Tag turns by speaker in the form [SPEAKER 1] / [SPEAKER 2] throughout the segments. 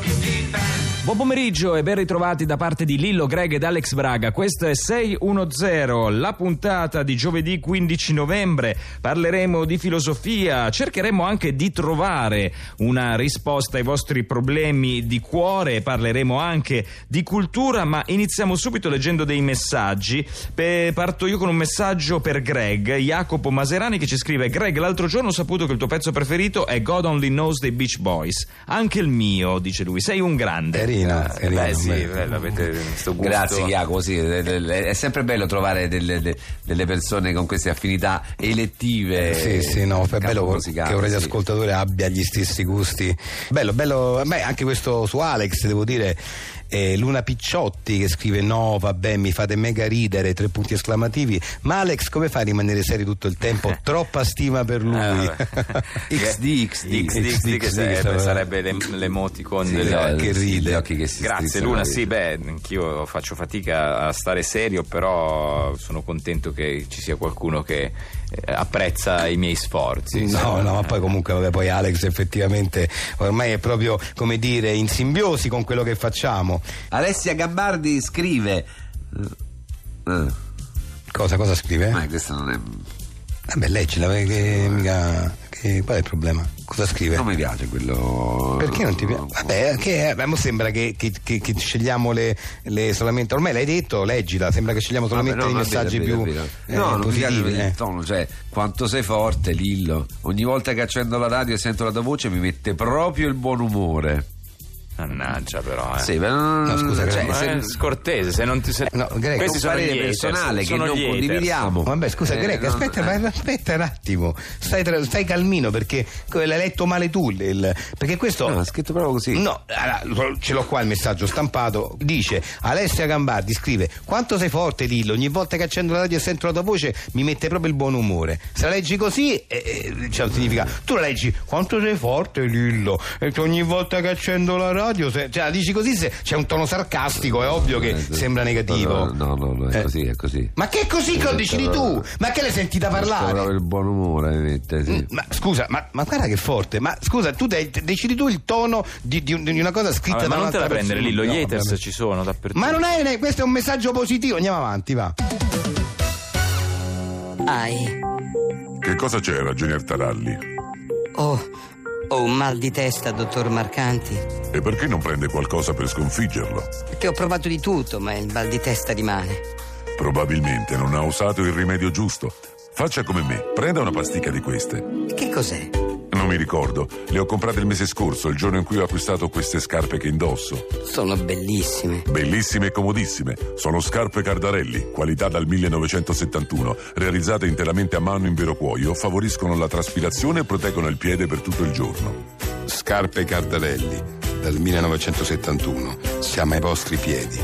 [SPEAKER 1] tutti fan.
[SPEAKER 2] Buon pomeriggio e ben ritrovati da parte di Lillo Greg ed Alex Braga. Questo è 610, la puntata di giovedì 15 novembre. Parleremo di filosofia, cercheremo anche di trovare una risposta ai vostri problemi di cuore, parleremo anche di cultura, ma iniziamo subito leggendo dei messaggi. Pe- parto io con un messaggio per Greg, Jacopo Maserani che ci scrive Greg, l'altro giorno ho saputo che il tuo pezzo preferito è God Only Knows dei Beach Boys. Anche il mio, dice lui, sei un grande.
[SPEAKER 3] Carina, carina.
[SPEAKER 4] Beh, sì,
[SPEAKER 3] bello.
[SPEAKER 4] bello, avete questo gusto.
[SPEAKER 3] Grazie Iaco, sì, è- è è sempre bello trovare delle, de- delle persone con queste affinità elettive.
[SPEAKER 5] Sì, sì, no, è
[SPEAKER 3] Campo
[SPEAKER 5] bello
[SPEAKER 3] musicale,
[SPEAKER 5] che un
[SPEAKER 3] sì.
[SPEAKER 5] radioascoltatore abbia gli stessi gusti. Bello, bello, beh, anche questo su Alex, devo dire, eh, Luna Picciotti che scrive no, vabbè, mi fate mega ridere, tre punti esclamativi, ma Alex come fa a rimanere seri tutto il tempo? Troppa stima per lui.
[SPEAKER 3] Eh, vabbè. XD,
[SPEAKER 4] Di-
[SPEAKER 3] XD.
[SPEAKER 4] di- di- di- che
[SPEAKER 5] XD,
[SPEAKER 4] sarebbe,
[SPEAKER 5] stava-
[SPEAKER 4] sarebbe l'em- l'emoticon
[SPEAKER 3] Sì,
[SPEAKER 6] eh,
[SPEAKER 4] del-
[SPEAKER 3] no,
[SPEAKER 5] che
[SPEAKER 3] sì,
[SPEAKER 5] ride.
[SPEAKER 3] gli occhi che si
[SPEAKER 4] Grazie
[SPEAKER 3] strizzano
[SPEAKER 4] Luna,
[SPEAKER 3] la
[SPEAKER 4] sì,
[SPEAKER 3] vita.
[SPEAKER 4] beh, anch'io faccio fatica a stare serio, però sono contento che ci sia qualcuno che eh, apprezza i miei sforzi.
[SPEAKER 5] No,
[SPEAKER 4] insomma.
[SPEAKER 5] no, ma poi comunque vabbè, poi Alex effettivamente ormai è proprio come dire in simbiosi con quello che facciamo.
[SPEAKER 3] Alessia Gabbardi scrive. Eh,
[SPEAKER 5] Cosa, cosa scrive?
[SPEAKER 3] Ma questo non è.
[SPEAKER 5] Vabbè, leggila, perché mica- che- qual è il problema? Cosa scrive?
[SPEAKER 3] Non mi piace quello.
[SPEAKER 5] Perché non ti piace? Vabbè, che, eh, beh, mo sembra che, che- che- che scegliamo le, le solamente. Ormai l'hai detto, leggila. Sembra che scegliamo solamente
[SPEAKER 3] Vabbè,
[SPEAKER 5] Ah, i
[SPEAKER 3] no, vabbè,
[SPEAKER 5] messaggi
[SPEAKER 3] vabbè,
[SPEAKER 5] più
[SPEAKER 3] vabbè.
[SPEAKER 5] eh,
[SPEAKER 3] no, non mi piace
[SPEAKER 5] positivi.
[SPEAKER 3] il
[SPEAKER 5] eh.
[SPEAKER 3] tono, cioè quanto sei forte, Lillo. Ogni volta che accendo la radio e sento la tua voce mi mette proprio il buon umore.
[SPEAKER 4] Eh, Mannaggia però, eh.
[SPEAKER 3] Sì, ma no,
[SPEAKER 5] scusa,
[SPEAKER 3] cioè,
[SPEAKER 5] Greg,
[SPEAKER 4] Ma
[SPEAKER 3] se-
[SPEAKER 4] è scortese, se non ti se...
[SPEAKER 5] No, Greg,
[SPEAKER 4] questi
[SPEAKER 3] un
[SPEAKER 4] sono
[SPEAKER 3] parere
[SPEAKER 4] gli haters,
[SPEAKER 3] personale che
[SPEAKER 4] sono
[SPEAKER 3] non
[SPEAKER 4] gli haters.
[SPEAKER 3] condividiamo.
[SPEAKER 5] Vabbè, scusa,
[SPEAKER 3] Eh,
[SPEAKER 5] Greg,
[SPEAKER 3] no,
[SPEAKER 5] aspetta,
[SPEAKER 3] eh.
[SPEAKER 5] ma- aspetta un attimo. Stai, tra- stai calmino perché l'hai letto male tu. il- il- perché questo.
[SPEAKER 3] No, è scritto proprio così.
[SPEAKER 5] No, allora, ce l'ho qua il messaggio stampato. Dice Alessia Gambardi: scrive Quanto sei forte, Lillo. Ogni volta che accendo la radio e sento la tua voce mi mette proprio il buon umore. Se la leggi così, eh, eh, cioè, significa tu la leggi quanto sei forte, Lillo. E che ogni volta che accendo la radio, se- cioè la dici così, se- c'è un tono sarcastico. È ovvio che
[SPEAKER 3] Eh,
[SPEAKER 5] sembra negativo.
[SPEAKER 3] No, no, no, no, è
[SPEAKER 5] Eh.
[SPEAKER 3] così, è così.
[SPEAKER 5] Ma che è così che lo decidi tu? Ma che l'hai sentita
[SPEAKER 3] Proprio
[SPEAKER 5] parlare?
[SPEAKER 3] il buon umore mi mette, sì.
[SPEAKER 5] Ma scusa, ma, ma guarda che forte, ma scusa, tu dai- decidi tu il tono di, di un- di una cosa scritta
[SPEAKER 4] Vabbè,
[SPEAKER 5] da
[SPEAKER 4] ma non te la
[SPEAKER 5] un'altra
[SPEAKER 4] prendere lì,
[SPEAKER 5] persona.
[SPEAKER 4] lo
[SPEAKER 5] No,
[SPEAKER 4] gli haters
[SPEAKER 5] vabbè.
[SPEAKER 4] ci sono dappertutto.
[SPEAKER 5] Ma non è, ne- questo è un messaggio positivo, andiamo avanti, va.
[SPEAKER 7] Ai,
[SPEAKER 8] Che cosa c'era, Genier Taralli?
[SPEAKER 7] oh, ho un mal di testa, dottor Marcanti.
[SPEAKER 8] E perché non prende qualcosa per sconfiggerlo?
[SPEAKER 7] Perché ho provato di tutto, ma il mal di testa rimane.
[SPEAKER 8] Probabilmente non ha usato il rimedio giusto. Faccia come me, prenda una pasticca di queste.
[SPEAKER 7] Che cos'è?
[SPEAKER 8] Non mi ricordo, le ho comprate il mese scorso, il giorno in cui ho acquistato queste scarpe che indosso.
[SPEAKER 7] Sono bellissime.
[SPEAKER 8] Bellissime e comodissime, sono scarpe Cardarelli, qualità dal 1971, realizzate interamente a mano in vero cuoio, favoriscono la traspirazione e proteggono il piede per tutto il giorno.
[SPEAKER 9] Scarpe Cardarelli, dal 1971. Siamo ai vostri piedi.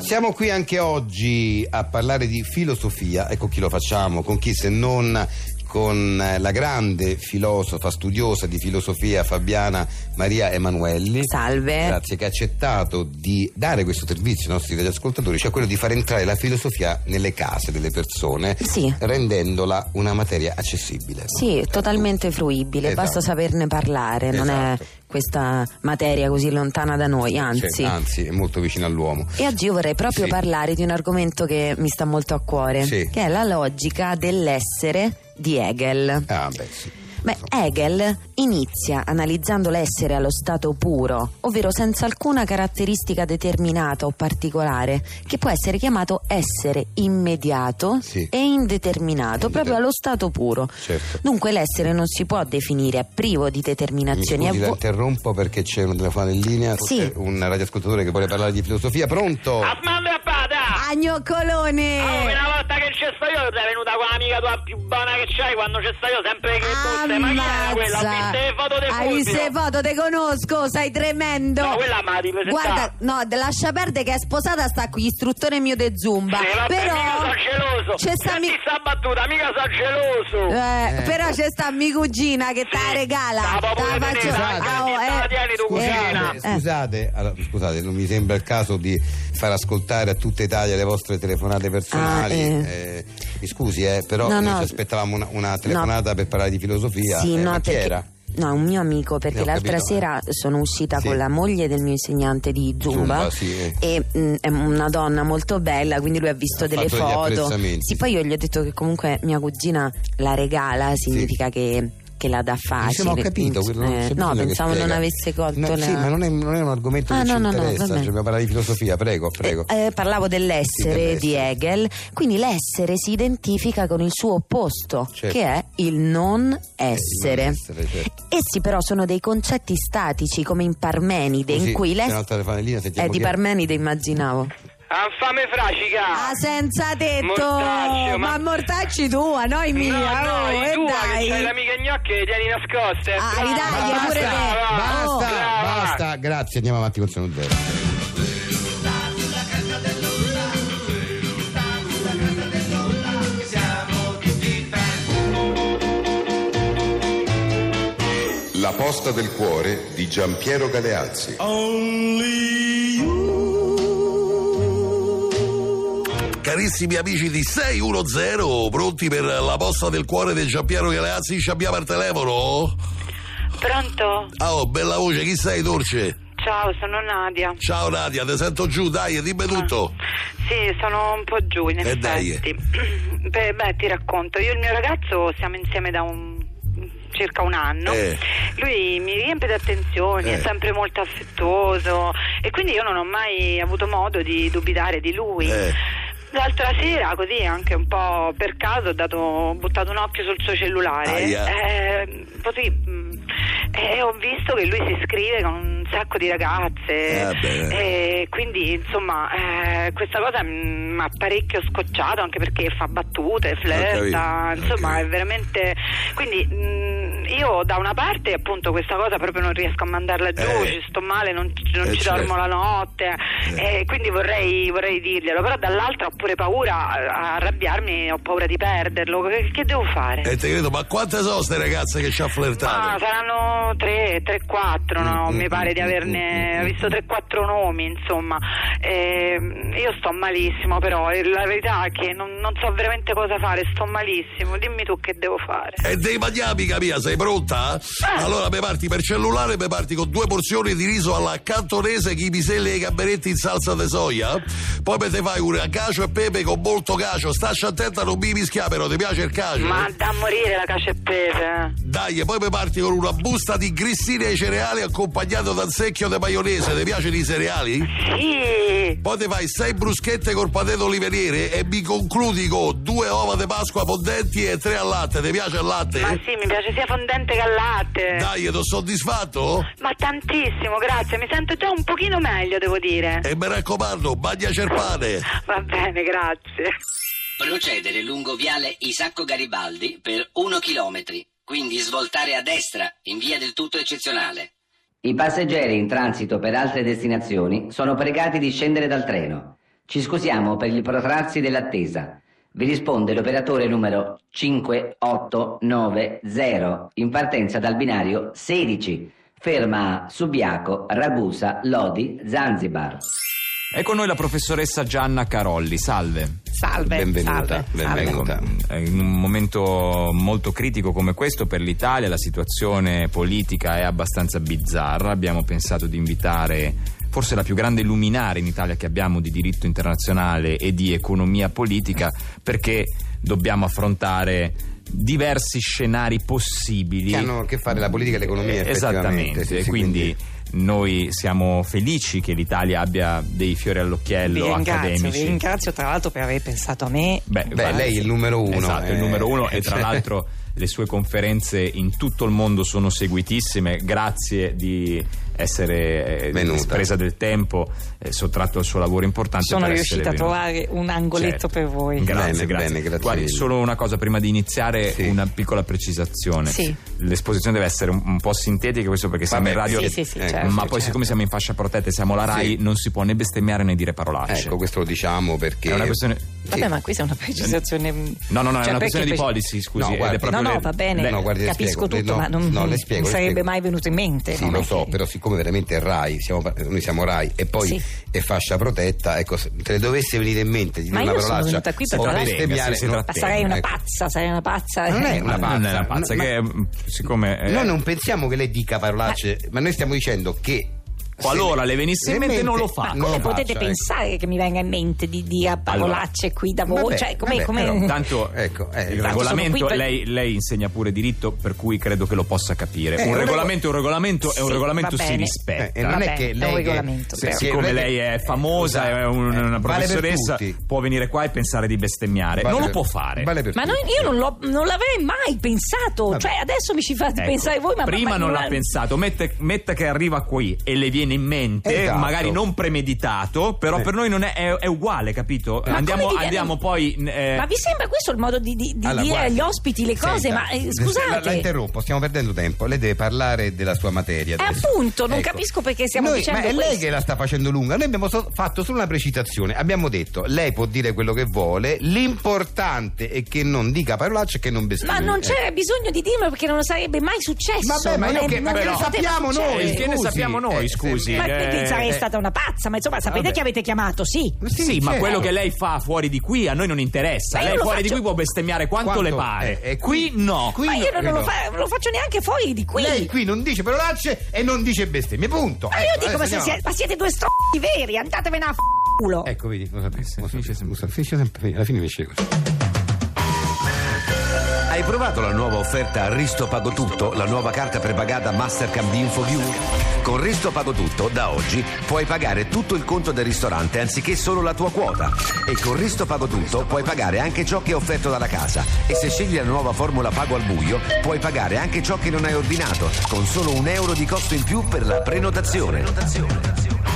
[SPEAKER 5] Siamo qui anche oggi a parlare di filosofia e con chi lo facciamo, con chi se non con eh, la grande filosofa, studiosa di filosofia Fabiana Maria Emanuelli.
[SPEAKER 10] Salve.
[SPEAKER 5] Grazie che ha accettato di dare questo servizio ai nostri ascoltatori, cioè quello di far entrare la filosofia nelle case delle persone,
[SPEAKER 10] Sì.
[SPEAKER 5] rendendola una materia accessibile.
[SPEAKER 10] Sì, è totalmente fruibile,
[SPEAKER 5] Esatto.
[SPEAKER 10] basta saperne parlare, non è
[SPEAKER 5] Esatto.
[SPEAKER 10] questa materia così lontana da noi, anzi.
[SPEAKER 5] Cioè, anzi, è molto vicino all'uomo.
[SPEAKER 10] E oggi io vorrei proprio
[SPEAKER 5] Sì.
[SPEAKER 10] parlare di un argomento che mi sta molto a cuore,
[SPEAKER 5] Sì.
[SPEAKER 10] che è la logica dell'essere di Hegel.
[SPEAKER 5] Ah, beh, sì.
[SPEAKER 10] Beh, Hegel inizia analizzando l'essere allo stato puro, ovvero senza alcuna caratteristica determinata o particolare, che può essere chiamato essere immediato
[SPEAKER 5] Sì.
[SPEAKER 10] e indeterminato, proprio allo stato puro.
[SPEAKER 5] Certo.
[SPEAKER 10] Dunque l'essere non si può definire, è privo di
[SPEAKER 5] Mi
[SPEAKER 10] determinazioni.
[SPEAKER 5] scusi,
[SPEAKER 10] è
[SPEAKER 5] la
[SPEAKER 10] vo-
[SPEAKER 5] interrompo perché c'è una telefonata in linea,
[SPEAKER 10] Sì.
[SPEAKER 5] c'è un radioascoltatore che vuole parlare di filosofia. Pronto?
[SPEAKER 10] Ah!
[SPEAKER 11] A mamma e a pada!
[SPEAKER 10] Agnolone!
[SPEAKER 11] Oh, una volta che c'è sta io sei venuta con l'amica tua più buona che c'hai quando c'è sta io sempre che fosse ma chi era quella? Ho visto le foto del
[SPEAKER 10] Hai visto le foto? Te conosco, sei tremendo.
[SPEAKER 11] No, quella m'ha ripresentata.
[SPEAKER 10] Guarda, no, de- lascia perdere che è sposata, sta qui, istruttore mio de Zumba.
[SPEAKER 11] Sì, vabbè,
[SPEAKER 10] però
[SPEAKER 11] mica sono geloso.
[SPEAKER 10] C'è sta
[SPEAKER 11] Senti
[SPEAKER 10] mi-
[SPEAKER 11] sta battuta, mica sono geloso.
[SPEAKER 10] eh, Però c'è sta mia cugina che te la regala.
[SPEAKER 11] Sta proprio
[SPEAKER 10] Te la
[SPEAKER 11] tenere,
[SPEAKER 10] faccio-
[SPEAKER 11] dai,
[SPEAKER 10] Ah, oh,
[SPEAKER 11] dai,
[SPEAKER 10] eh.
[SPEAKER 11] la tieni tu,
[SPEAKER 5] Scusate,
[SPEAKER 10] Eh.
[SPEAKER 5] scusate, allora, scusate, non mi sembra il caso di far ascoltare a tutta Italia le vostre telefonate personali.
[SPEAKER 10] Ah, eh.
[SPEAKER 5] eh, mi scusi, eh, però
[SPEAKER 10] No,
[SPEAKER 5] noi
[SPEAKER 10] no.
[SPEAKER 5] ci aspettavamo una, una telefonata per parlare di filosofia.
[SPEAKER 10] Sì,
[SPEAKER 5] eh,
[SPEAKER 10] no,
[SPEAKER 5] ma chi
[SPEAKER 10] perché-
[SPEAKER 5] era?
[SPEAKER 10] No, un mio amico, perché
[SPEAKER 5] Eh, ho
[SPEAKER 10] l'altra
[SPEAKER 5] capito, eh.
[SPEAKER 10] sera sono uscita
[SPEAKER 5] Sì.
[SPEAKER 10] con la moglie del mio insegnante di Zumba,
[SPEAKER 5] Zumba, sì, eh.
[SPEAKER 10] e mh, è una donna molto bella, quindi lui ha visto
[SPEAKER 5] Ha
[SPEAKER 10] delle
[SPEAKER 5] fatto degli
[SPEAKER 10] foto.
[SPEAKER 5] apprezzamenti,
[SPEAKER 10] Sì,
[SPEAKER 5] sì.
[SPEAKER 10] poi io gli ho detto che comunque mia cugina la regala, significa che, che la dà facile.
[SPEAKER 5] Dice, ma ho capito,
[SPEAKER 10] quindi,
[SPEAKER 5] quello non
[SPEAKER 10] eh,
[SPEAKER 5] c'è
[SPEAKER 10] no,
[SPEAKER 5] bisogno che
[SPEAKER 10] pensavo non
[SPEAKER 5] spiega.
[SPEAKER 10] avesse colto
[SPEAKER 5] No,
[SPEAKER 10] la...
[SPEAKER 5] Sì, ma non è, non è un argomento
[SPEAKER 10] Ah,
[SPEAKER 5] che
[SPEAKER 10] no, no,
[SPEAKER 5] ci
[SPEAKER 10] no,
[SPEAKER 5] interessa,
[SPEAKER 10] va bene.
[SPEAKER 5] cioè, dobbiamo parlare di filosofia, prego, prego.
[SPEAKER 10] Eh, eh, parlavo dell'essere
[SPEAKER 5] Sì, dell'essere.
[SPEAKER 10] di Hegel, quindi l'essere si identifica con il suo opposto,
[SPEAKER 5] Certo.
[SPEAKER 10] che è il non
[SPEAKER 5] Eh,
[SPEAKER 10] essere.
[SPEAKER 5] non essere, certo.
[SPEAKER 10] Essi però sono dei concetti statici come in Parmenide,
[SPEAKER 5] Così,
[SPEAKER 10] in cui
[SPEAKER 5] c'è
[SPEAKER 10] l'essere...
[SPEAKER 5] un'altra telefonellina,
[SPEAKER 10] Eh,
[SPEAKER 5] sentiamo
[SPEAKER 10] di
[SPEAKER 5] chi è.
[SPEAKER 10] Parmenide immaginavo.
[SPEAKER 11] Anfame Ah, fracica.
[SPEAKER 10] Ah, senza tetto!
[SPEAKER 11] Mortacci,
[SPEAKER 10] ma...
[SPEAKER 11] ma-
[SPEAKER 10] mortacci tua, no i mia!
[SPEAKER 11] no,
[SPEAKER 10] oh,
[SPEAKER 11] no,
[SPEAKER 10] e
[SPEAKER 11] tu
[SPEAKER 10] dai!
[SPEAKER 11] che c'hai l'amica gnocca e le tieni nascoste.
[SPEAKER 10] Ah,
[SPEAKER 11] Brava,
[SPEAKER 10] ridagli
[SPEAKER 11] brava,
[SPEAKER 10] pure te.
[SPEAKER 11] brava,
[SPEAKER 10] Oh,
[SPEAKER 5] Basta,
[SPEAKER 11] brava.
[SPEAKER 5] basta, grazie, andiamo avanti con il sono zero.
[SPEAKER 9] La posta del cuore di Giampiero Galeazzi.
[SPEAKER 12] Eh, Carissimi amici di 610, pronti per la posta del cuore del Giampiero Galeazzi? Ci abbiamo al telefono?
[SPEAKER 13] Pronto?
[SPEAKER 12] Ah, Oh, bella voce, chi sei, dolce?
[SPEAKER 13] Ciao, sono Nadia.
[SPEAKER 12] Ciao Nadia, ti sento giù, dai, dimmi tutto.
[SPEAKER 13] Sì, sono un po' giù in
[SPEAKER 12] Eh, dai.
[SPEAKER 13] effetti. Beh, beh, ti racconto, io e il mio ragazzo siamo insieme da un circa un anno.
[SPEAKER 12] Eh.
[SPEAKER 13] Lui mi riempie di attenzioni,
[SPEAKER 12] Eh.
[SPEAKER 13] è sempre molto affettuoso e quindi io non ho mai avuto modo di dubitare di lui.
[SPEAKER 12] Eh.
[SPEAKER 13] L'altra sera, così anche un po' per caso, ho, dato- ho buttato un occhio sul suo cellulare
[SPEAKER 12] Aia.
[SPEAKER 13] eh, così, mh, e ho visto che lui si scrive con un sacco di ragazze.
[SPEAKER 12] Eh, beh.
[SPEAKER 13] E quindi insomma eh, questa cosa mi ha parecchio scocciato anche perché fa battute, flirta,
[SPEAKER 12] capito, ho
[SPEAKER 13] insomma
[SPEAKER 12] capito.
[SPEAKER 13] è veramente... Quindi mh, io da una parte appunto questa cosa proprio non riesco a mandarla giù,
[SPEAKER 12] Eh.
[SPEAKER 13] ci sto male, non, non
[SPEAKER 12] Eh,
[SPEAKER 13] ci
[SPEAKER 12] certo.
[SPEAKER 13] dormo la notte
[SPEAKER 12] Eh.
[SPEAKER 13] e quindi vorrei, vorrei dirglielo, però dall'altra ho pure paura eh, a a arrabbiarmi, ho paura di perderlo, che, che devo fare?
[SPEAKER 12] E ti credo, ma quante sono queste ragazze che ci ha
[SPEAKER 13] Ma
[SPEAKER 12] flirtato?
[SPEAKER 13] Ah, saranno 3, 3, 4, no?
[SPEAKER 2] Eh,
[SPEAKER 13] mi pare di averne ho visto 3, 4 nomi, insomma. Ehm, io sto malissimo, però e la verità è che non, non so veramente cosa fare, sto malissimo. Dimmi tu che devo fare.
[SPEAKER 12] E dei magnami, amica mia, sei pronta?
[SPEAKER 13] Eh.
[SPEAKER 12] Allora mi parti per cellulare, mi parti con due porzioni di riso alla cantonese, chibiselle e gamberetti in salsa de soia. Poi me te fai un cacio e pepe con molto cacio. Stasci attenta, non mi mischia, però ti piace il cacio?
[SPEAKER 13] Ma da morire la cacio e pepe. eh.
[SPEAKER 12] Dai, e poi mi parti con una busta di grissini ai cereali accompagnato da un secchio di maionese. Ti piacciono i cereali?
[SPEAKER 13] Sì,
[SPEAKER 12] Poi ti fai sei bruschette col pateto oliveniere e mi concludi con due uova di Pasqua fondenti e tre al latte. Ti piace il latte?
[SPEAKER 13] ma sì, mi piace sia fondente che al latte.
[SPEAKER 12] Dai, ti ho soddisfatto?
[SPEAKER 13] Ma tantissimo, grazie, mi sento già un pochino meglio, devo dire.
[SPEAKER 12] E mi raccomando, bagna cerpane.
[SPEAKER 5] Ecco,
[SPEAKER 13] Va bene, grazie.
[SPEAKER 14] Procedere lungo viale Isacco Garibaldi per 1 km, quindi svoltare a destra in via del tutto eccezionale. I passeggeri in transito per altre destinazioni sono pregati di scendere dal treno. Ci scusiamo per il protrarsi dell'attesa. Vi risponde l'operatore numero 5890 in partenza dal binario 16, ferma a Subiaco, Ragusa, Lodi, Zanzibar.
[SPEAKER 2] È
[SPEAKER 4] Ecco
[SPEAKER 2] con noi la professoressa Gianna Carolli, salve.
[SPEAKER 15] Salve,
[SPEAKER 5] Benvenuta,
[SPEAKER 15] salve, salve.
[SPEAKER 5] benvenuta.
[SPEAKER 2] È eh, in un momento molto critico come questo per l'Italia la situazione politica è abbastanza bizzarra. Abbiamo pensato di invitare forse la più grande luminare in Italia che abbiamo di diritto internazionale e di economia politica perché dobbiamo affrontare diversi scenari possibili
[SPEAKER 5] Che hanno a che fare la politica e l'economia,
[SPEAKER 2] Eh,
[SPEAKER 5] effettivamente,
[SPEAKER 2] esattamente
[SPEAKER 5] sì,
[SPEAKER 2] e
[SPEAKER 5] sì,
[SPEAKER 2] quindi, noi siamo felici che l'Italia abbia dei fiori all'occhiello
[SPEAKER 15] Vi ringrazio,
[SPEAKER 2] accademici
[SPEAKER 15] vi ringrazio tra l'altro per aver pensato a me.
[SPEAKER 2] Beh,
[SPEAKER 5] Beh, lei è il numero uno.
[SPEAKER 2] Esatto, il
[SPEAKER 5] eh.
[SPEAKER 2] numero uno e tra
[SPEAKER 5] Cioè,
[SPEAKER 2] l'altro le sue conferenze in tutto il mondo sono seguitissime, grazie di essere eh,
[SPEAKER 5] Venuta.
[SPEAKER 2] presa del tempo, eh, sottratto al suo lavoro importante.
[SPEAKER 15] Sono
[SPEAKER 2] per essere
[SPEAKER 15] riuscita a
[SPEAKER 2] venuta.
[SPEAKER 15] trovare un angoletto
[SPEAKER 2] Certo.
[SPEAKER 15] per voi.
[SPEAKER 2] Grazie,
[SPEAKER 5] Bene,
[SPEAKER 2] grazie.
[SPEAKER 5] bene, grazie
[SPEAKER 2] Guardi,
[SPEAKER 5] mille.
[SPEAKER 2] solo una cosa prima di iniziare, una piccola precisazione.
[SPEAKER 15] Sì.
[SPEAKER 2] L'esposizione deve essere un, un po' sintetica, questo perché siamo
[SPEAKER 5] Vabbè, Eh,
[SPEAKER 2] in radio,
[SPEAKER 15] sì, sì, sì,
[SPEAKER 2] ma
[SPEAKER 15] certo,
[SPEAKER 2] poi
[SPEAKER 15] certo.
[SPEAKER 2] siccome siamo in fascia protetta e siamo la RAI,
[SPEAKER 5] Sì.
[SPEAKER 2] non si può né bestemmiare né dire parolacce.
[SPEAKER 15] Certo.
[SPEAKER 5] Ecco, questo lo diciamo perché.
[SPEAKER 2] È una questione.
[SPEAKER 15] Vabbè, ma questa è una precisazione.
[SPEAKER 2] No, no, no, è
[SPEAKER 15] Cioè,
[SPEAKER 2] una questione di
[SPEAKER 15] perché-
[SPEAKER 2] policy, scusi.
[SPEAKER 5] No,
[SPEAKER 2] ed è
[SPEAKER 5] guardi,
[SPEAKER 2] proprio
[SPEAKER 15] No, no,
[SPEAKER 2] le-
[SPEAKER 15] va bene,
[SPEAKER 2] le-
[SPEAKER 5] no, guardi, le
[SPEAKER 15] capisco
[SPEAKER 5] spiego, le-
[SPEAKER 15] tutto,
[SPEAKER 5] no,
[SPEAKER 15] ma non,
[SPEAKER 5] no, le
[SPEAKER 15] non
[SPEAKER 5] spiego, le
[SPEAKER 15] sarebbe
[SPEAKER 5] spiego.
[SPEAKER 15] mai venuto in mente.
[SPEAKER 5] Sì,
[SPEAKER 15] no?
[SPEAKER 5] lo so, però siccome veramente è RAI, siamo- noi siamo RAI e poi
[SPEAKER 15] Sì.
[SPEAKER 5] è fascia protetta, ecco, se te le dovesse venire in mente di dire
[SPEAKER 15] Ma
[SPEAKER 5] una
[SPEAKER 15] io sono
[SPEAKER 5] parolaccia
[SPEAKER 15] venuta qui per
[SPEAKER 5] o
[SPEAKER 15] parlare-
[SPEAKER 5] bestemmiare,
[SPEAKER 2] Sì, sì,
[SPEAKER 5] no,
[SPEAKER 15] Ma
[SPEAKER 2] trattenga,
[SPEAKER 15] sarei una
[SPEAKER 5] ecco.
[SPEAKER 15] pazza, sarei una pazza.
[SPEAKER 5] Ma non è una
[SPEAKER 2] Ma
[SPEAKER 5] pazza,
[SPEAKER 2] non è una pazza,
[SPEAKER 5] ma-
[SPEAKER 2] che mm, siccome. eh,
[SPEAKER 5] Noi non pensiamo che lei dica parolacce,
[SPEAKER 15] Eh.
[SPEAKER 5] ma, noi stiamo dicendo che.
[SPEAKER 2] Qualora
[SPEAKER 5] se-
[SPEAKER 2] le venisse in
[SPEAKER 5] le
[SPEAKER 2] mente, non lo fa.
[SPEAKER 15] Ma
[SPEAKER 5] non
[SPEAKER 15] come
[SPEAKER 5] lo
[SPEAKER 15] potete
[SPEAKER 5] faccia, ecco.
[SPEAKER 15] pensare che mi venga in mente di dire parolacce qui da voi?
[SPEAKER 5] Vabbè,
[SPEAKER 15] Cioè, come.
[SPEAKER 5] vabbè,
[SPEAKER 15] come-
[SPEAKER 5] però-
[SPEAKER 2] Tanto
[SPEAKER 5] Ecco, eh,
[SPEAKER 2] il
[SPEAKER 5] tanto
[SPEAKER 2] regolamento,
[SPEAKER 15] sono qui per-
[SPEAKER 2] lei, lei insegna pure diritto, per cui credo che lo possa capire.
[SPEAKER 5] Eh,
[SPEAKER 2] un
[SPEAKER 5] un
[SPEAKER 2] regolamento è un regolamento e un
[SPEAKER 15] Sì,
[SPEAKER 2] regolamento
[SPEAKER 15] va
[SPEAKER 2] si
[SPEAKER 15] bene.
[SPEAKER 2] rispetta.
[SPEAKER 5] Eh, e non
[SPEAKER 15] Vabbè,
[SPEAKER 5] è che
[SPEAKER 15] è un
[SPEAKER 5] lei.
[SPEAKER 15] regolamento,
[SPEAKER 5] che,
[SPEAKER 15] però.
[SPEAKER 2] Siccome lei
[SPEAKER 5] Eh,
[SPEAKER 2] è famosa,
[SPEAKER 5] esatto.
[SPEAKER 2] è un- una professoressa, può venire qua e pensare di bestemmiare.
[SPEAKER 5] Vale
[SPEAKER 2] non
[SPEAKER 5] per-
[SPEAKER 2] lo può fare.
[SPEAKER 5] Vale per
[SPEAKER 15] Ma
[SPEAKER 5] tutti.
[SPEAKER 15] non- io non, l'ho- non l'avrei mai pensato. Cioè, adesso mi ci fate
[SPEAKER 2] Ecco,
[SPEAKER 15] pensare voi, ma
[SPEAKER 2] prima
[SPEAKER 15] ma-
[SPEAKER 2] non
[SPEAKER 15] ma-
[SPEAKER 2] l'ha pensato, mette, metta che arriva qui e le viene in mente,
[SPEAKER 5] Esatto. Eh.
[SPEAKER 2] magari non premeditato, però per noi non è, è- è uguale, capito?
[SPEAKER 15] Ma
[SPEAKER 2] andiamo,
[SPEAKER 15] come dire-
[SPEAKER 2] andiamo poi. eh,
[SPEAKER 15] Ma vi sembra questo il modo di, di- di
[SPEAKER 5] Allora,
[SPEAKER 15] dire
[SPEAKER 5] guardi,
[SPEAKER 15] agli ospiti le cose?
[SPEAKER 5] senta,
[SPEAKER 15] ma eh,
[SPEAKER 5] la- La,
[SPEAKER 15] scusate.
[SPEAKER 5] interrompo, stiamo perdendo tempo. Lei deve parlare della sua materia.
[SPEAKER 15] Eh,
[SPEAKER 5] adesso. Ecco.
[SPEAKER 15] appunto, non capisco perché stiamo
[SPEAKER 5] Noi-
[SPEAKER 15] dicendo
[SPEAKER 5] Ma è lei
[SPEAKER 15] questo.
[SPEAKER 5] che la sta facendo lunga. Noi abbiamo so- fatto solo una precisazione. Abbiamo detto, lei può dire quello che vuole. L'importante è che non dica parolacce e che non bestemmia.
[SPEAKER 15] Ma non c'era
[SPEAKER 5] Eh.
[SPEAKER 15] bisogno di dirmelo perché non sarebbe mai successo.
[SPEAKER 5] Vabbè, ma
[SPEAKER 15] non
[SPEAKER 5] io
[SPEAKER 15] è-
[SPEAKER 5] che- ma
[SPEAKER 15] non
[SPEAKER 5] che ne
[SPEAKER 15] poteva
[SPEAKER 5] sappiamo
[SPEAKER 15] succedere.
[SPEAKER 5] noi?
[SPEAKER 2] e che ne
[SPEAKER 5] scusi,
[SPEAKER 2] sappiamo noi,
[SPEAKER 5] eh,
[SPEAKER 2] scusi?
[SPEAKER 5] se-
[SPEAKER 15] Ma
[SPEAKER 2] eh,
[SPEAKER 15] quindi sarei
[SPEAKER 2] eh,
[SPEAKER 15] stata una pazza, ma insomma sapete
[SPEAKER 5] Vabbè.
[SPEAKER 15] che avete chiamato, sì.
[SPEAKER 2] Sì, ma
[SPEAKER 5] certo.
[SPEAKER 2] quello che lei fa fuori di qui a noi non interessa.
[SPEAKER 15] Ma io
[SPEAKER 2] lei
[SPEAKER 15] lo
[SPEAKER 2] fuori di
[SPEAKER 15] faccio-
[SPEAKER 2] qui può bestemmiare quanto,
[SPEAKER 5] Quanto-
[SPEAKER 2] le pare.
[SPEAKER 5] eh, eh,
[SPEAKER 2] qui, no.
[SPEAKER 5] qui
[SPEAKER 15] ma io
[SPEAKER 5] no,
[SPEAKER 15] non,
[SPEAKER 5] qui
[SPEAKER 15] lo,
[SPEAKER 5] no.
[SPEAKER 15] fa- non lo faccio neanche fuori di qui.
[SPEAKER 5] Lei qui non dice parolacce e non dice bestemmie, punto.
[SPEAKER 15] ma io
[SPEAKER 5] Ecco,
[SPEAKER 15] dico,
[SPEAKER 5] adesso
[SPEAKER 15] ma, se
[SPEAKER 5] andiamo.
[SPEAKER 15] siete, ma siete due stronzi veri, andatevene a f***o. culo.
[SPEAKER 5] Ecco, vedi, lo sapevo.
[SPEAKER 2] sì,
[SPEAKER 5] lo
[SPEAKER 2] finisce
[SPEAKER 5] sapevo,
[SPEAKER 2] sempre
[SPEAKER 5] lo sapevo, finisce sempre, alla fine finisce così.
[SPEAKER 6] Hai provato la nuova offerta Risto Pago Tutto, la nuova carta prepagata Mastercard di InfoView? Con Risto Pago Tutto, da oggi, puoi pagare tutto il conto del ristorante anziché solo la tua quota. E con Risto Pago Tutto puoi pagare anche ciò che è offerto dalla casa. E se scegli la nuova formula Pago al buio, puoi pagare anche ciò che non hai ordinato, con solo un euro di costo in più per la prenotazione.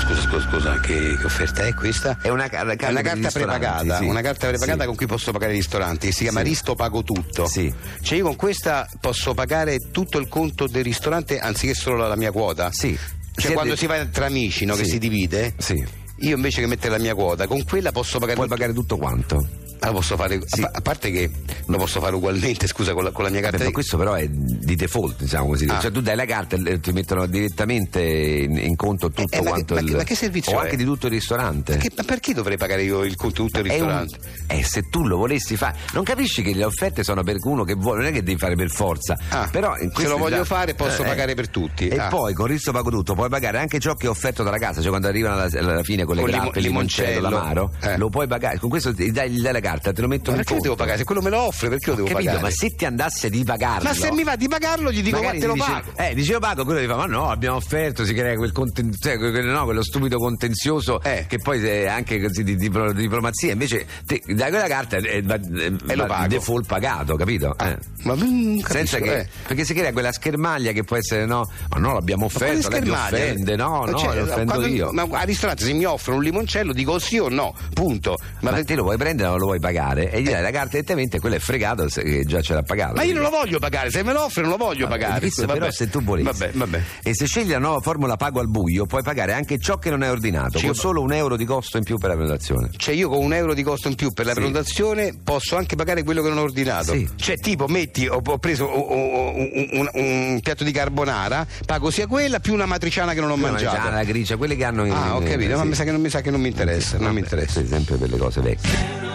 [SPEAKER 5] Scusa, scusa, scusa, che, che offerta è questa?
[SPEAKER 6] È una, car-
[SPEAKER 5] È una carta prepagata, una carta prepagata con cui posso pagare i ristoranti, che si chiama
[SPEAKER 6] Sì.
[SPEAKER 5] Risto Pago Tutto.
[SPEAKER 6] Sì.
[SPEAKER 5] Cioè io con questa posso pagare tutto il conto del ristorante anziché solo la, la mia quota?
[SPEAKER 6] Sì.
[SPEAKER 5] Cioè
[SPEAKER 6] Si è
[SPEAKER 5] quando
[SPEAKER 6] de-
[SPEAKER 5] si va tra amici, no, che
[SPEAKER 6] Sì.
[SPEAKER 5] si divide,
[SPEAKER 6] Sì.
[SPEAKER 5] io invece che mettere la mia quota, con quella posso pagare...
[SPEAKER 6] Puoi pagare tutto quanto.
[SPEAKER 5] Ma lo posso fare, a
[SPEAKER 6] Sì.
[SPEAKER 5] pa- a parte che lo posso fare ugualmente, scusa, con la, con la mia carta.
[SPEAKER 6] Vabbè, ma questo però è di default, diciamo così.
[SPEAKER 5] Ah.
[SPEAKER 6] Cioè, tu dai la carta e ti mettono direttamente in, in conto tutto
[SPEAKER 5] Eh, ma che-
[SPEAKER 6] quanto
[SPEAKER 5] ma
[SPEAKER 6] il.
[SPEAKER 5] che- ma che servizio
[SPEAKER 6] O
[SPEAKER 5] è?
[SPEAKER 6] anche di tutto il ristorante.
[SPEAKER 5] Che- ma perché dovrei pagare io il conto tutto il
[SPEAKER 6] È un-
[SPEAKER 5] ristorante?
[SPEAKER 6] eh, se tu lo volessi fare, non capisci che le offerte sono per uno che vuole, non è che devi fare per forza.
[SPEAKER 5] Ah,
[SPEAKER 6] però in
[SPEAKER 5] se
[SPEAKER 6] questo
[SPEAKER 5] lo voglio
[SPEAKER 6] già- Eh,
[SPEAKER 5] fare, posso pagare per tutti.
[SPEAKER 6] E
[SPEAKER 5] Ah.
[SPEAKER 6] poi con Risto Pago Tutto puoi pagare anche ciò che è offerto dalla casa, cioè quando arrivano alla, alla fine con le
[SPEAKER 5] Con
[SPEAKER 6] grappe,
[SPEAKER 5] limo-
[SPEAKER 6] il limoncello,
[SPEAKER 5] limoncello,
[SPEAKER 6] l'amaro,
[SPEAKER 5] eh.
[SPEAKER 6] lo puoi pagare. Con questo ti dai, gli dai la carta, te lo metto
[SPEAKER 5] Ma
[SPEAKER 6] in
[SPEAKER 5] perché
[SPEAKER 6] conto.
[SPEAKER 5] lo devo pagare? Se quello me lo offre, perché lo devo
[SPEAKER 6] Capito?
[SPEAKER 5] pagare?
[SPEAKER 6] Ma se ti andasse di pagarlo
[SPEAKER 5] Ma se mi va di pagarlo, gli dico
[SPEAKER 6] Magari
[SPEAKER 5] guarda, te lo
[SPEAKER 6] ti dice-
[SPEAKER 5] pago.
[SPEAKER 6] Eh, dicevo pago, quello gli fa, ma no, abbiamo offerto, si crea quel conten- cioè, que- que- no, quello stupido contenzioso
[SPEAKER 5] Eh.
[SPEAKER 6] che poi è anche così di, di pro- di diplomazia. Invece te, dai quella carta e, va- eh,
[SPEAKER 5] E lo
[SPEAKER 6] va
[SPEAKER 5] pago.
[SPEAKER 6] default pagato, capito?
[SPEAKER 5] Ah,
[SPEAKER 6] Eh.
[SPEAKER 5] ma non capisco,
[SPEAKER 6] Senza che,
[SPEAKER 5] eh.
[SPEAKER 6] perché si crea quella schermaglia che può essere no, ma no, l'abbiamo
[SPEAKER 5] Ma quale
[SPEAKER 6] offerto, lei mi
[SPEAKER 5] schermaglia?
[SPEAKER 6] offende, no, no,
[SPEAKER 5] Cioè,
[SPEAKER 6] lo offendo
[SPEAKER 5] quando-
[SPEAKER 6] io.
[SPEAKER 5] Ma al ristorante se mi offrono un limoncello dico sì o no, punto. Ma, Eh.
[SPEAKER 6] Ma, te lo vuoi prendere o lo vuoi pagare? E gli dai la carta direttamente, quello è fregato se- che già ce l'ha pagato.
[SPEAKER 5] ma io non
[SPEAKER 6] Quindi-
[SPEAKER 5] lo voglio pagare, se me lo offre non lo voglio
[SPEAKER 6] Vabbè,
[SPEAKER 5] pagare.
[SPEAKER 6] questo
[SPEAKER 5] Vabbè.
[SPEAKER 6] però se tu volessi.
[SPEAKER 5] Vabbè, vabbè.
[SPEAKER 6] E se scegli la nuova formula pago al buio, puoi pagare anche ciò che non hai ordinato,
[SPEAKER 5] Sì,
[SPEAKER 6] con
[SPEAKER 5] io-
[SPEAKER 6] solo un euro di costo in più per la prenotazione.
[SPEAKER 5] Cioè io con un euro di costo in più per la
[SPEAKER 6] Sì.
[SPEAKER 5] prenotazione posso anche pagare quello che non ho ordinato.
[SPEAKER 6] Sì.
[SPEAKER 5] Cioè tipo metti, ho, ho preso o- o- o- un, un- un piatto di carbonara, pago sia quella più una matriciana che non ho
[SPEAKER 6] La
[SPEAKER 5] mangiato.
[SPEAKER 6] mangiana, la gricia, quelle che hanno in-
[SPEAKER 5] Ah, ho capito, ma
[SPEAKER 6] eh, sì.
[SPEAKER 5] mi sa che non mi, sa che non mi interessa, non mi interessa.
[SPEAKER 6] Per esempio per le cose vecchie.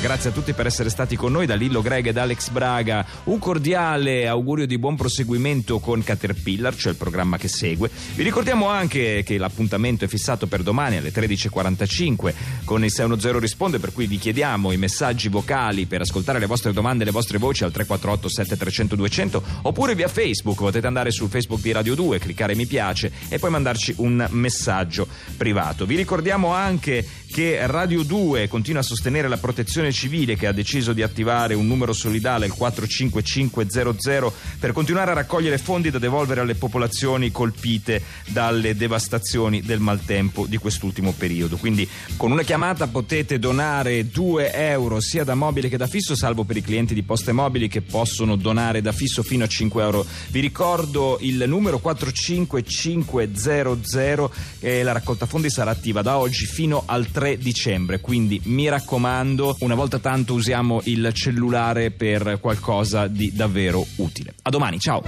[SPEAKER 11] Grazie a tutti per essere stati con noi da Lillo Greg ed Alex Braga. Un cordiale augurio di buon proseguimento con Caterpillar, cioè il programma che segue. Vi ricordiamo anche che l'appuntamento è fissato per domani alle 13.45 con il 610 Risponde, per cui vi chiediamo i messaggi vocali per ascoltare le vostre domande e le vostre voci al 348 7300 200 oppure via Facebook. Potete andare sul Facebook di Radio 2, cliccare mi piace e poi mandarci un messaggio privato. Vi ricordiamo anche che Radio 2 continua a sostenere la protezione
[SPEAKER 2] civile che ha deciso di attivare un numero solidale, il 45500, per continuare a raccogliere fondi da devolvere alle popolazioni colpite dalle devastazioni del maltempo di quest'ultimo periodo. Quindi con una chiamata potete donare 2 euro sia da mobile che da fisso, salvo per i clienti di poste mobili che possono donare da fisso fino a 5 euro. Vi ricordo il numero 45500 e la raccolta fondi sarà attiva da oggi fino al 3 dicembre. Quindi mi raccomando, una volta tanto usiamo il cellulare per qualcosa di davvero utile. A domani, ciao!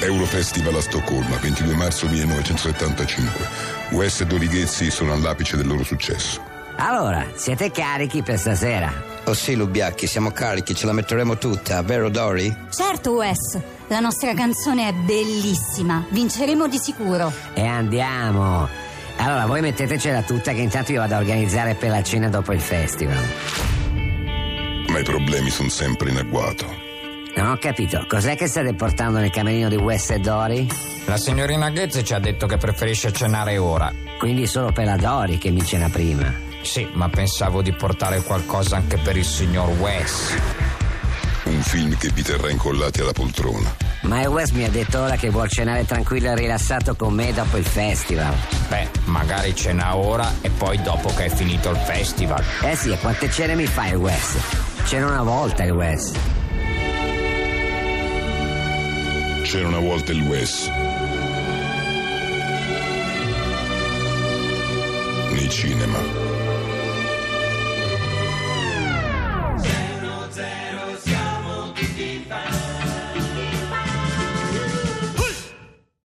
[SPEAKER 9] Eurofestival a Stoccolma, 22 marzo 1975. West e Dorighezzi sono all'apice del loro successo.
[SPEAKER 16] Allora, siete carichi per stasera? Oh sì, Lubiacchi, siamo carichi, ce la metteremo tutta, vero Dori?
[SPEAKER 17] Certo, Wes, la nostra canzone è bellissima, vinceremo di sicuro.
[SPEAKER 18] E andiamo. Allora, voi mettetecela tutta che intanto io vado a organizzare per la cena dopo il festival.
[SPEAKER 9] Ma i problemi sono sempre in agguato.
[SPEAKER 18] Non ho capito, cos'è che state portando nel camerino di West e Dory?
[SPEAKER 14] La signorina Ghezzi ci ha detto che preferisce cenare ora.
[SPEAKER 18] Quindi solo per la Dory che mi cena prima.
[SPEAKER 14] Sì, ma pensavo di portare qualcosa anche per il signor Wes.
[SPEAKER 9] Un film che vi terrà incollati alla poltrona.
[SPEAKER 18] Ma il Wes mi ha detto ora che vuol cenare tranquillo e rilassato con me dopo il festival.
[SPEAKER 14] Beh, magari cena ora e poi dopo che è finito il festival.
[SPEAKER 18] Eh sì, e quante cene mi fa il Wes? Cena una volta il Wes.
[SPEAKER 9] C'era una volta il Wes. Nei cinema.